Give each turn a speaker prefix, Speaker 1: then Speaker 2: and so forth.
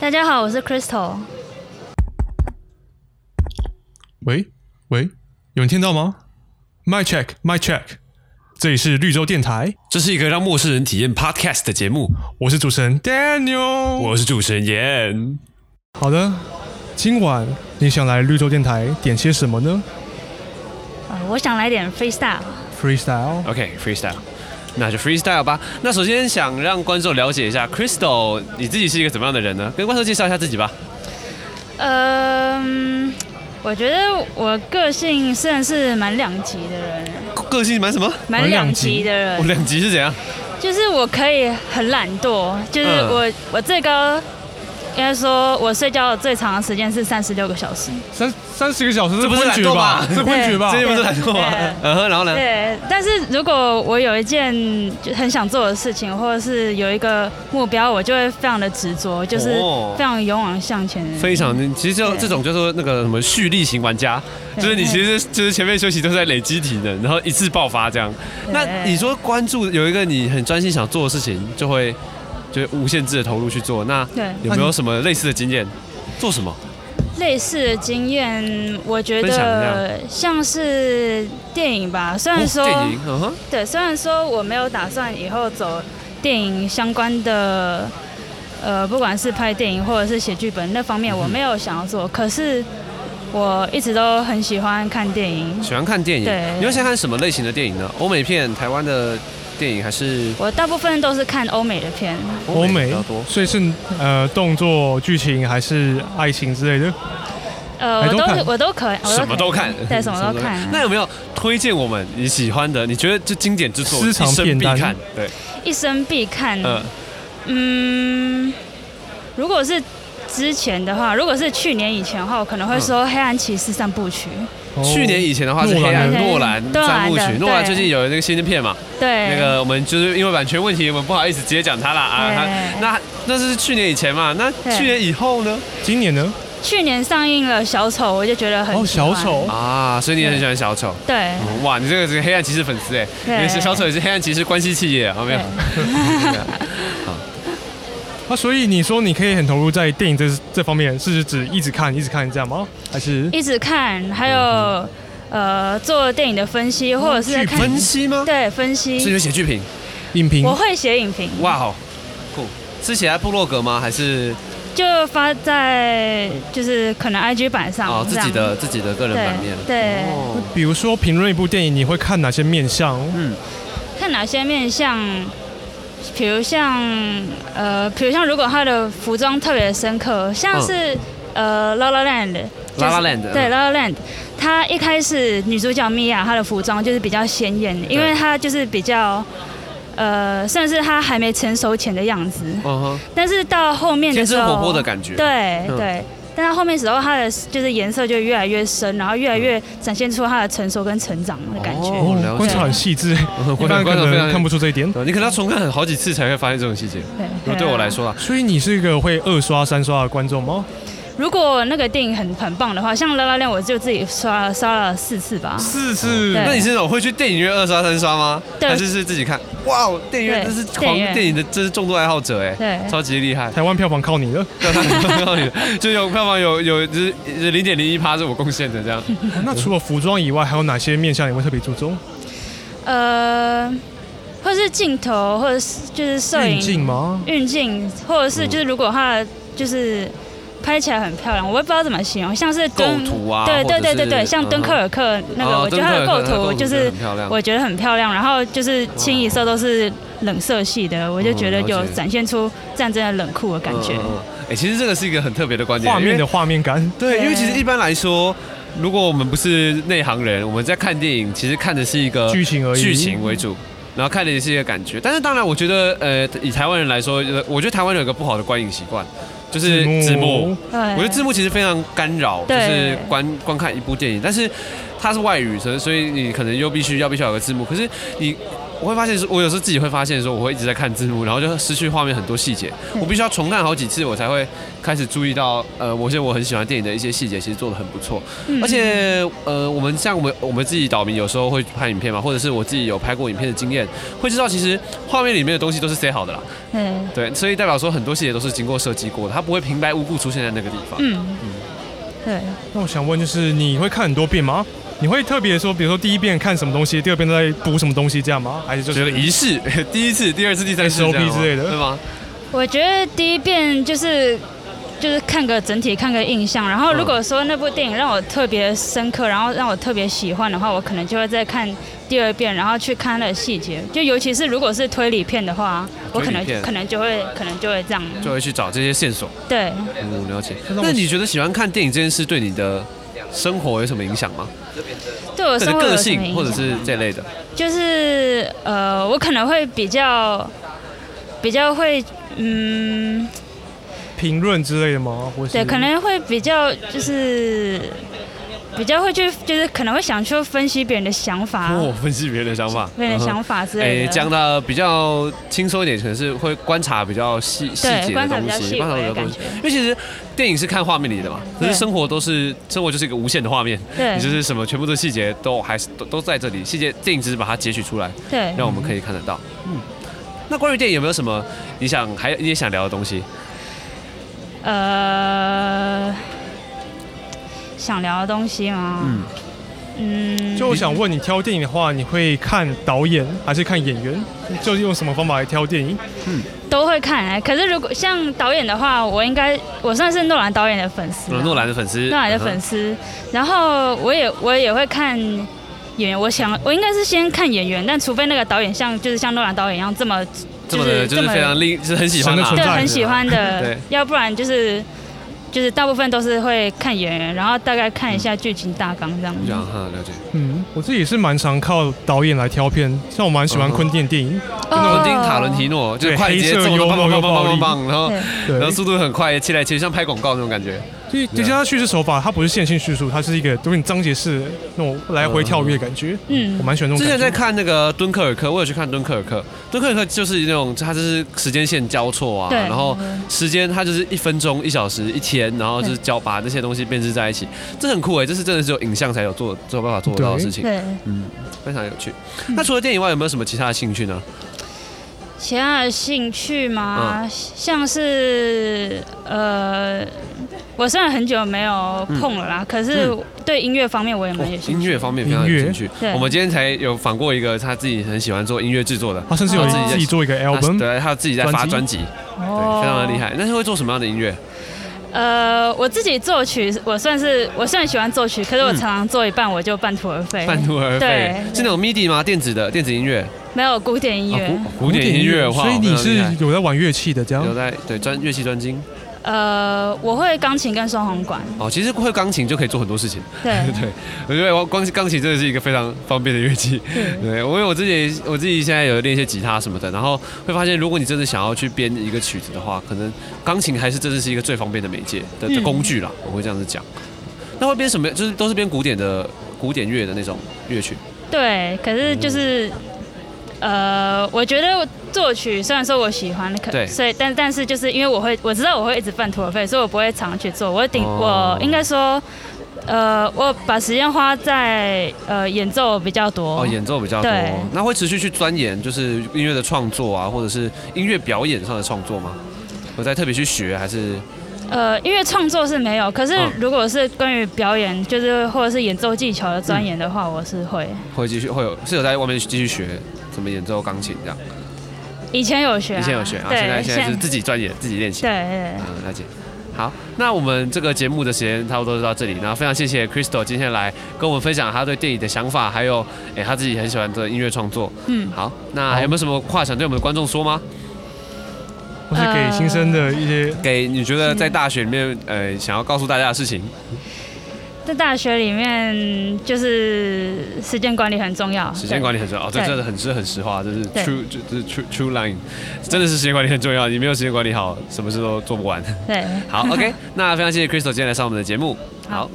Speaker 1: 大家好，我是 Crystal。
Speaker 2: 喂喂，有人听到吗？My check, my check，这里是绿洲电台，
Speaker 3: 这是一个让陌生人体验 podcast 的节目，
Speaker 2: 我是主持人 Daniel。
Speaker 3: 我是主持人严。
Speaker 2: 好的，今晚你想来绿洲电台点些什么呢
Speaker 1: 呃，我想来点 freestyle。
Speaker 2: ？Freestyle，
Speaker 3: OK，freestyle，、那就 freestyle 吧。那首先想让观众了解一下 Crystal，你自己是一个怎么样的人呢？跟观众介绍一下自己吧。
Speaker 1: 嗯，我觉得我个性算是蛮两极的人，
Speaker 3: 个性蛮什么？
Speaker 1: 蛮两极的
Speaker 3: 我
Speaker 1: 人，
Speaker 3: 两极是怎样？
Speaker 1: 就是我可以很懒惰，就是
Speaker 3: 嗯
Speaker 1: 我、我最高应该说我睡觉最长的时间是三十六个小时。
Speaker 2: 三三十个小时，
Speaker 3: 这不是
Speaker 2: 昏厥吧？
Speaker 3: 懒惰吧
Speaker 2: 这昏厥吧
Speaker 3: 这？
Speaker 1: 对
Speaker 3: 又不是懒惰吗
Speaker 1: 对？
Speaker 3: 嗯哼，然后呢？
Speaker 1: 对，但是如果我有一件就很想做的事情，或者是有一个目标，我就会非常的执着，就是
Speaker 3: 哦
Speaker 1: 非常勇往向前的人。
Speaker 3: 非常，其实就
Speaker 1: 嗯对
Speaker 3: 这种叫做那个什么蓄力型玩家，
Speaker 1: 对
Speaker 3: 就是你其实就是前面休息都是在累积体能，然后一次爆发这样。那你说关注有一个你很专心想做的事情，就会就会无限制的投入去做。那
Speaker 1: 对
Speaker 3: 有没有什么类似的经验？做什么？
Speaker 1: 类似的经验，我觉
Speaker 3: 分享一
Speaker 1: 得像是电影吧。虽然说、
Speaker 3: 哦电影，嗯哼，
Speaker 1: 对，虽然说我没有打算以后走电影相关的，呃，不管是拍电影或者是写剧本那方
Speaker 3: 嗯
Speaker 1: 面，我没有想要做。可是我一直都很喜欢看电影，
Speaker 3: 喜欢看电影。
Speaker 1: 对
Speaker 3: 你会先看什么类型的电影呢？欧美片、台湾的电影还是
Speaker 1: 我大部分都是看欧美的片。
Speaker 2: 欧美
Speaker 3: 哎比较多？
Speaker 2: 所以是呃动作、剧情还是爱情之类的？
Speaker 1: 呃，
Speaker 2: 还
Speaker 1: 我
Speaker 2: 都
Speaker 1: 都
Speaker 2: 看
Speaker 1: 我都可以，我
Speaker 3: 什么都
Speaker 1: 可以
Speaker 3: 看，
Speaker 1: 对， 什么都看。
Speaker 3: 那有没有推荐我们你喜欢的？你觉得就经典之作，
Speaker 2: 私藏
Speaker 3: 一生
Speaker 2: 片
Speaker 3: 必
Speaker 2: 单
Speaker 3: 看。对，
Speaker 1: 一生必看。
Speaker 3: 嗯。
Speaker 1: 嗯，如果是之前的话，如果是去年以前的话，我可能会说《黑暗骑士》三部曲。
Speaker 2: 哦
Speaker 3: 去年以前的话是黑暗诺
Speaker 1: 诺
Speaker 3: 兰
Speaker 1: 兰
Speaker 3: 三部曲，
Speaker 1: 对
Speaker 3: 诺兰最近有那个新的片嘛，
Speaker 1: 对，
Speaker 3: 那个我们就是因为版权问题，我们不好意思直接讲它啦啊。
Speaker 1: 对
Speaker 3: 它那那是去年以前嘛，那
Speaker 1: 对
Speaker 3: 去年以后呢？
Speaker 2: 今年呢？
Speaker 1: 去年上映了《小丑》，我就觉得很
Speaker 2: 哦，
Speaker 1: 喜欢
Speaker 2: 小。丑，
Speaker 3: 啊，所以你也很喜欢小丑。
Speaker 1: 对，
Speaker 3: 嗯哇，你这个是黑暗骑士粉丝哎，
Speaker 1: 对
Speaker 3: 你是小丑也是黑暗骑士关系企业啊？没有
Speaker 1: 对，
Speaker 2: 那、啊所以你说你可以很投入在电影这这方面，是指一直看一直看这样吗？还是
Speaker 1: 一直看，还有呃做电影的分析，或者是在看
Speaker 3: 嗯分析吗？
Speaker 1: 对分析
Speaker 3: 是你。会写剧评？
Speaker 2: 影评
Speaker 1: 我？会写影评，
Speaker 3: 哇，好酷！是写在部落格吗？还是
Speaker 1: 就发在就是可能 IG 版上
Speaker 3: 哦自己
Speaker 1: 这样
Speaker 3: 的自己的个人版面？
Speaker 1: 对对
Speaker 3: 哦
Speaker 2: 比如说评论一部电影，你会看哪些面相？
Speaker 1: 看哪些面相，比如像呃，比如像如果他的服装特别深刻，像是、呃《La La Land》就是。
Speaker 3: 嗯 La La Land，嗯
Speaker 1: 对《La La Land》，她一开始女主角米娅她的服装就是比较鲜艳，因为她就是比较呃，算是她还没成熟前的样子。
Speaker 3: 嗯哼，
Speaker 1: 但是到后面的
Speaker 3: 天
Speaker 1: 时
Speaker 3: 真
Speaker 1: 候，
Speaker 3: 活泼的感觉。
Speaker 1: 对
Speaker 3: 嗯
Speaker 1: 对，但到后面时候，它的就是颜色就越来越深，然后越来越展现出它的成熟跟成长的感觉。
Speaker 3: 哦了解
Speaker 2: 观察很细致，一
Speaker 3: 观察
Speaker 2: 般可
Speaker 3: 观察非常
Speaker 2: 能看不出这一点。
Speaker 3: 对你可能要重看很好几次才会发现这种细节。如果
Speaker 1: 对，
Speaker 3: 对我来
Speaker 1: 说。
Speaker 3: 说啊，
Speaker 2: 所以你是一个会二刷、三刷的观众吗？
Speaker 1: 如果那个电影很很棒的话，像《拉拉链》，我就自己刷了刷了四次吧。
Speaker 2: 四次
Speaker 1: 对
Speaker 3: 那你是那种会去电影院二刷三刷吗？
Speaker 1: 对
Speaker 3: 还是是自己看？哇，哦，电影院
Speaker 1: 对
Speaker 3: 这是狂
Speaker 1: 电影院
Speaker 3: 电影的，这是重度爱好者哎，
Speaker 1: 对
Speaker 3: 超级厉害。
Speaker 2: 台湾票房靠你 了。
Speaker 3: 就有票房有有就是零点零一趴是我贡献的这样。
Speaker 2: 那除了服装以外，还有哪些面相你会特别注重？
Speaker 1: 呃，或是镜头，或者是就是摄影
Speaker 2: 运镜吗？
Speaker 1: 运镜，或者是
Speaker 3: 嗯
Speaker 1: 就是如果它就是拍起来很漂亮，我也不知道怎么形容，像是敦
Speaker 3: 构图啊
Speaker 1: 对
Speaker 3: 或者
Speaker 1: 对
Speaker 3: 是
Speaker 1: 对对对，像
Speaker 3: 嗯
Speaker 1: 敦刻尔克那个，
Speaker 3: 哦
Speaker 1: 我觉得它的构
Speaker 3: 敦刻尔克
Speaker 1: 图
Speaker 3: 它的
Speaker 1: 就是
Speaker 3: 很漂亮。
Speaker 1: 我觉得很漂亮，然后就是清一色都是冷色系的，我就觉得
Speaker 3: 嗯了
Speaker 1: 有
Speaker 3: 解
Speaker 1: 展现出战争的冷酷 的感觉。
Speaker 3: 嗯嗯嗯哎，其实这个是一个很特别的观点，
Speaker 2: 画
Speaker 3: 因为
Speaker 2: 面的画面感，
Speaker 3: 对，因
Speaker 1: 对
Speaker 3: 为其实一般来说，如果我们不是内行人，我们在看电影，其实看的是一个
Speaker 2: 剧情而已。
Speaker 3: 剧情为主，然后看的也是一个感觉。但是当然，我觉得呃，以台湾人来说，呃我觉得台湾人有个不好的观影习惯，就是字幕。
Speaker 1: 对，
Speaker 3: 我觉得字幕其实非常干扰，就
Speaker 1: 对
Speaker 3: 是观观看一部电影，但是它是外语，所以所以你可能又必须要必须要有个字幕。可是你我会发现，我有时候自己会发现说，我会一直在看字幕，然后就失去画面很多细节。
Speaker 1: 嗯
Speaker 3: 我必须要重看好几次，我才会开始注意到，呃，某些我很喜欢的电影的一些细节，其实做的很不错。
Speaker 1: 嗯
Speaker 3: 而且，呃，我们像我们我们自己岛民有时候会拍影片嘛，或者是我自己有拍过影片的经验，会知道其实画面里面的东西都是塞好的啦。
Speaker 1: 嗯
Speaker 3: 对，所以代表说很多细节都是经过设计过的，它不会平白无故出现在那个地方。
Speaker 1: 嗯，对，
Speaker 2: 那我想问，就是你会看很多遍吗？你会特别说，比如说第一遍看什么东西，第二遍再补什么东西这样吗？还是就
Speaker 3: 觉得
Speaker 2: 是
Speaker 3: 仪式， 第一次、第二次、第三次
Speaker 2: SOP
Speaker 3: 这样吗
Speaker 2: 之类的
Speaker 3: 对吗？
Speaker 1: 我觉得第一遍就是就是看个整体，看个印象。然后如果说那部电影让我特别深刻，然后让我特别喜欢的话，我可能就会再看第二遍，然后去看它的细节。就尤其是如果是推理片的话，我可能
Speaker 3: 推理片
Speaker 1: 可能就会可能就会这样。
Speaker 3: 就会去找这些线索。
Speaker 1: 对，
Speaker 3: 嗯，了解。
Speaker 2: 我
Speaker 3: 那你觉得喜欢看电影这件事对你的生活有什么影响吗？
Speaker 1: 对我呃生
Speaker 3: 对你的
Speaker 1: 活有什么
Speaker 3: 个性
Speaker 1: 影
Speaker 3: 或者
Speaker 1: 响
Speaker 3: 是这类的？
Speaker 1: 就是呃，我可能会比较比较会嗯。
Speaker 2: 评论之类的吗？或是
Speaker 3: 嗯
Speaker 1: 对，可能会比较就是比较会去，就是可能会想去分析别人的想法，
Speaker 3: 哦，分析别人的想法，
Speaker 1: 啊别人的想
Speaker 3: 法。
Speaker 1: 法之类
Speaker 3: 诶，
Speaker 1: 的。
Speaker 3: 嗯哎讲的比较轻松一点，可能是会观察比较细细
Speaker 1: 对
Speaker 3: 节的
Speaker 1: 观察
Speaker 3: 东
Speaker 1: 比较
Speaker 3: 西，
Speaker 1: 细微的
Speaker 3: 东西
Speaker 1: 感觉。
Speaker 3: 因为其实电影是看画面里的嘛，可是
Speaker 1: 对
Speaker 3: 生活都是生活就是一个无限的画面，
Speaker 1: 对
Speaker 3: 你就是什么全部的细节都还是都都在这里，细节电影只是把它截取出来，
Speaker 1: 对，
Speaker 3: 让我们可以看得到。嗯，那关于电影有没有什么你想还你也想聊的东西？
Speaker 1: 呃，想聊的东西嗯吗？
Speaker 3: 嗯
Speaker 1: 嗯
Speaker 2: 就我想问你，挑电影的话，你会看导演还是看演员？就是用什么方法来挑电影？
Speaker 1: 都会看、欸。可是如果像导演的话，我应该我算是诺兰导演的粉丝啊、
Speaker 3: 哦诺兰的嗯粉丝，
Speaker 1: 诺兰的粉丝，然后我也我也会看演员，我想我应该是先看演员，但除非那个导演像就是像诺兰导演一样这么
Speaker 3: 这么的就是非常令，就是很喜欢
Speaker 2: 神的存
Speaker 1: 对
Speaker 2: 在
Speaker 1: 很喜欢的
Speaker 3: 对，
Speaker 1: 要不然就是就是大部分都是会看演员，然后大概看一下剧情大纲这样
Speaker 3: 这样
Speaker 1: 子。
Speaker 3: 哈，了解。
Speaker 2: 嗯，我自己是蛮常靠导演来挑片，像我蛮喜欢昆汀的电影，
Speaker 1: 哦
Speaker 3: 我听卡伦提诺就是快节奏的，棒棒棒棒棒棒，然后
Speaker 1: 对
Speaker 3: 然后
Speaker 2: 对，
Speaker 3: 速度很快，切来切去像拍广告那种感觉。
Speaker 2: 就叠加叙事手法，它不是线性叙述，它是一个有点章节式的那种来回跳跃的感觉，我
Speaker 1: 嗯，
Speaker 2: 蛮喜欢那种
Speaker 3: 之
Speaker 2: 感觉。
Speaker 3: 前在看那个《敦刻尔克》，我有去看《敦刻尔克》，《敦刻尔克》就是那种它就是时间线交错啊，
Speaker 1: 对嗯
Speaker 3: 然后时间它就是一分钟、一小时、一天，然后就是交把那些东西编织在一起，这很酷哎，这是真的是有影像才有做才有办法做得到的事情，
Speaker 1: 对。嗯
Speaker 3: 非常有趣。那除了电影以外，有没有什么其他的兴趣呢？哦
Speaker 1: 其他的兴趣吗？
Speaker 3: 嗯
Speaker 1: 像是呃，我虽然很久没有碰了啦，可是对音乐方面我也
Speaker 3: 嗯哦
Speaker 1: 蛮有兴
Speaker 3: 音
Speaker 1: 趣。
Speaker 3: 乐方面非常有兴趣
Speaker 1: 对。
Speaker 3: 我们今天才有访过一个他自己很喜欢做音乐制作的，
Speaker 2: 他甚至有
Speaker 1: 哦
Speaker 2: 啊自己做一个
Speaker 3: 他
Speaker 2: album，
Speaker 3: 对，他自己在发专辑，对，非常的厉。
Speaker 1: 哦
Speaker 3: 害。那是会做什么样的音乐？
Speaker 1: 呃，我自己作曲，我算是我虽然喜欢作曲，可是我
Speaker 3: 嗯
Speaker 1: 常常做一半我就半途而废，
Speaker 3: 半途而废
Speaker 1: 哎对，
Speaker 3: 是那种 MIDI 吗？电子的电子音乐，
Speaker 1: 没有古典音乐。
Speaker 3: 啊古古典音乐的话，
Speaker 2: 所以你
Speaker 3: 非常厉
Speaker 2: 是
Speaker 3: 害
Speaker 2: 有在玩乐器的，这样
Speaker 3: 有在对专乐器专精
Speaker 1: 呃，我会钢琴跟双簧管，
Speaker 3: 哦。其实会钢琴就可以做很多事情。
Speaker 1: 对
Speaker 3: 对，我觉得钢钢琴真的是一个非常方便的乐器。对，我因为我自己我自己现在有练一些吉他什么的，然后会发现，如果你真的想要去编一个曲子的话，可能钢琴还是真的是一个最方便的媒介的的
Speaker 1: 嗯
Speaker 3: 工具啦，我会这样子讲。那会编什么？就是都是编古典的古典乐的那种乐曲。
Speaker 1: 对，可是就是。
Speaker 3: 嗯
Speaker 1: 呃，我觉得作曲虽然说我喜欢，可
Speaker 3: 对
Speaker 1: 所以但但是就是因为我会我知道我会一直半途而废，所以我不会常去做。我顶、
Speaker 3: 哦
Speaker 1: 我应该说，呃，我把时间花在呃演奏比较多。
Speaker 3: 哦，演奏比较多
Speaker 1: 对，
Speaker 3: 那会持续去钻研，就是音乐的创作啊，或者是音乐表演上的创作吗？我在特别去学，还是
Speaker 1: 呃，音乐创作是没有，可是
Speaker 3: 嗯
Speaker 1: 如果是关于表演，就是或者是演奏技巧的钻研的话，我是会。
Speaker 3: 会继续会有是有在外面继续学怎么演奏钢琴这样？
Speaker 1: 以前有学、啊，
Speaker 3: 以前有学啊，
Speaker 1: 对，
Speaker 3: 现在现在是自己钻研，自己练习。
Speaker 1: 对对对
Speaker 3: 嗯，了解。好，那我们这个节目的时间差不多就到这里。然后非常谢谢 Crystal 今天来跟我们分享她对电影的想法，还有诶她自己很喜欢的音乐创作。
Speaker 1: 嗯
Speaker 3: 好，那还有没有什么话想对我们的观众说吗？
Speaker 2: 或是给新生的一些
Speaker 3: 给你觉得在大学里面呃想要告诉大家的事情？
Speaker 1: 在大学里面，就是时间管理很重要。
Speaker 3: 时间管
Speaker 1: 理
Speaker 3: 理很重要，哦，这
Speaker 1: 对
Speaker 3: 真的很是很实话，这是
Speaker 1: 对
Speaker 3: true，这这是 true true line，真的是时间管理很重要。你没有时间管理好，什么事都做不完。
Speaker 1: 对，
Speaker 3: 好，OK，那非常谢谢 Crystal 今天来上我们的节目，好，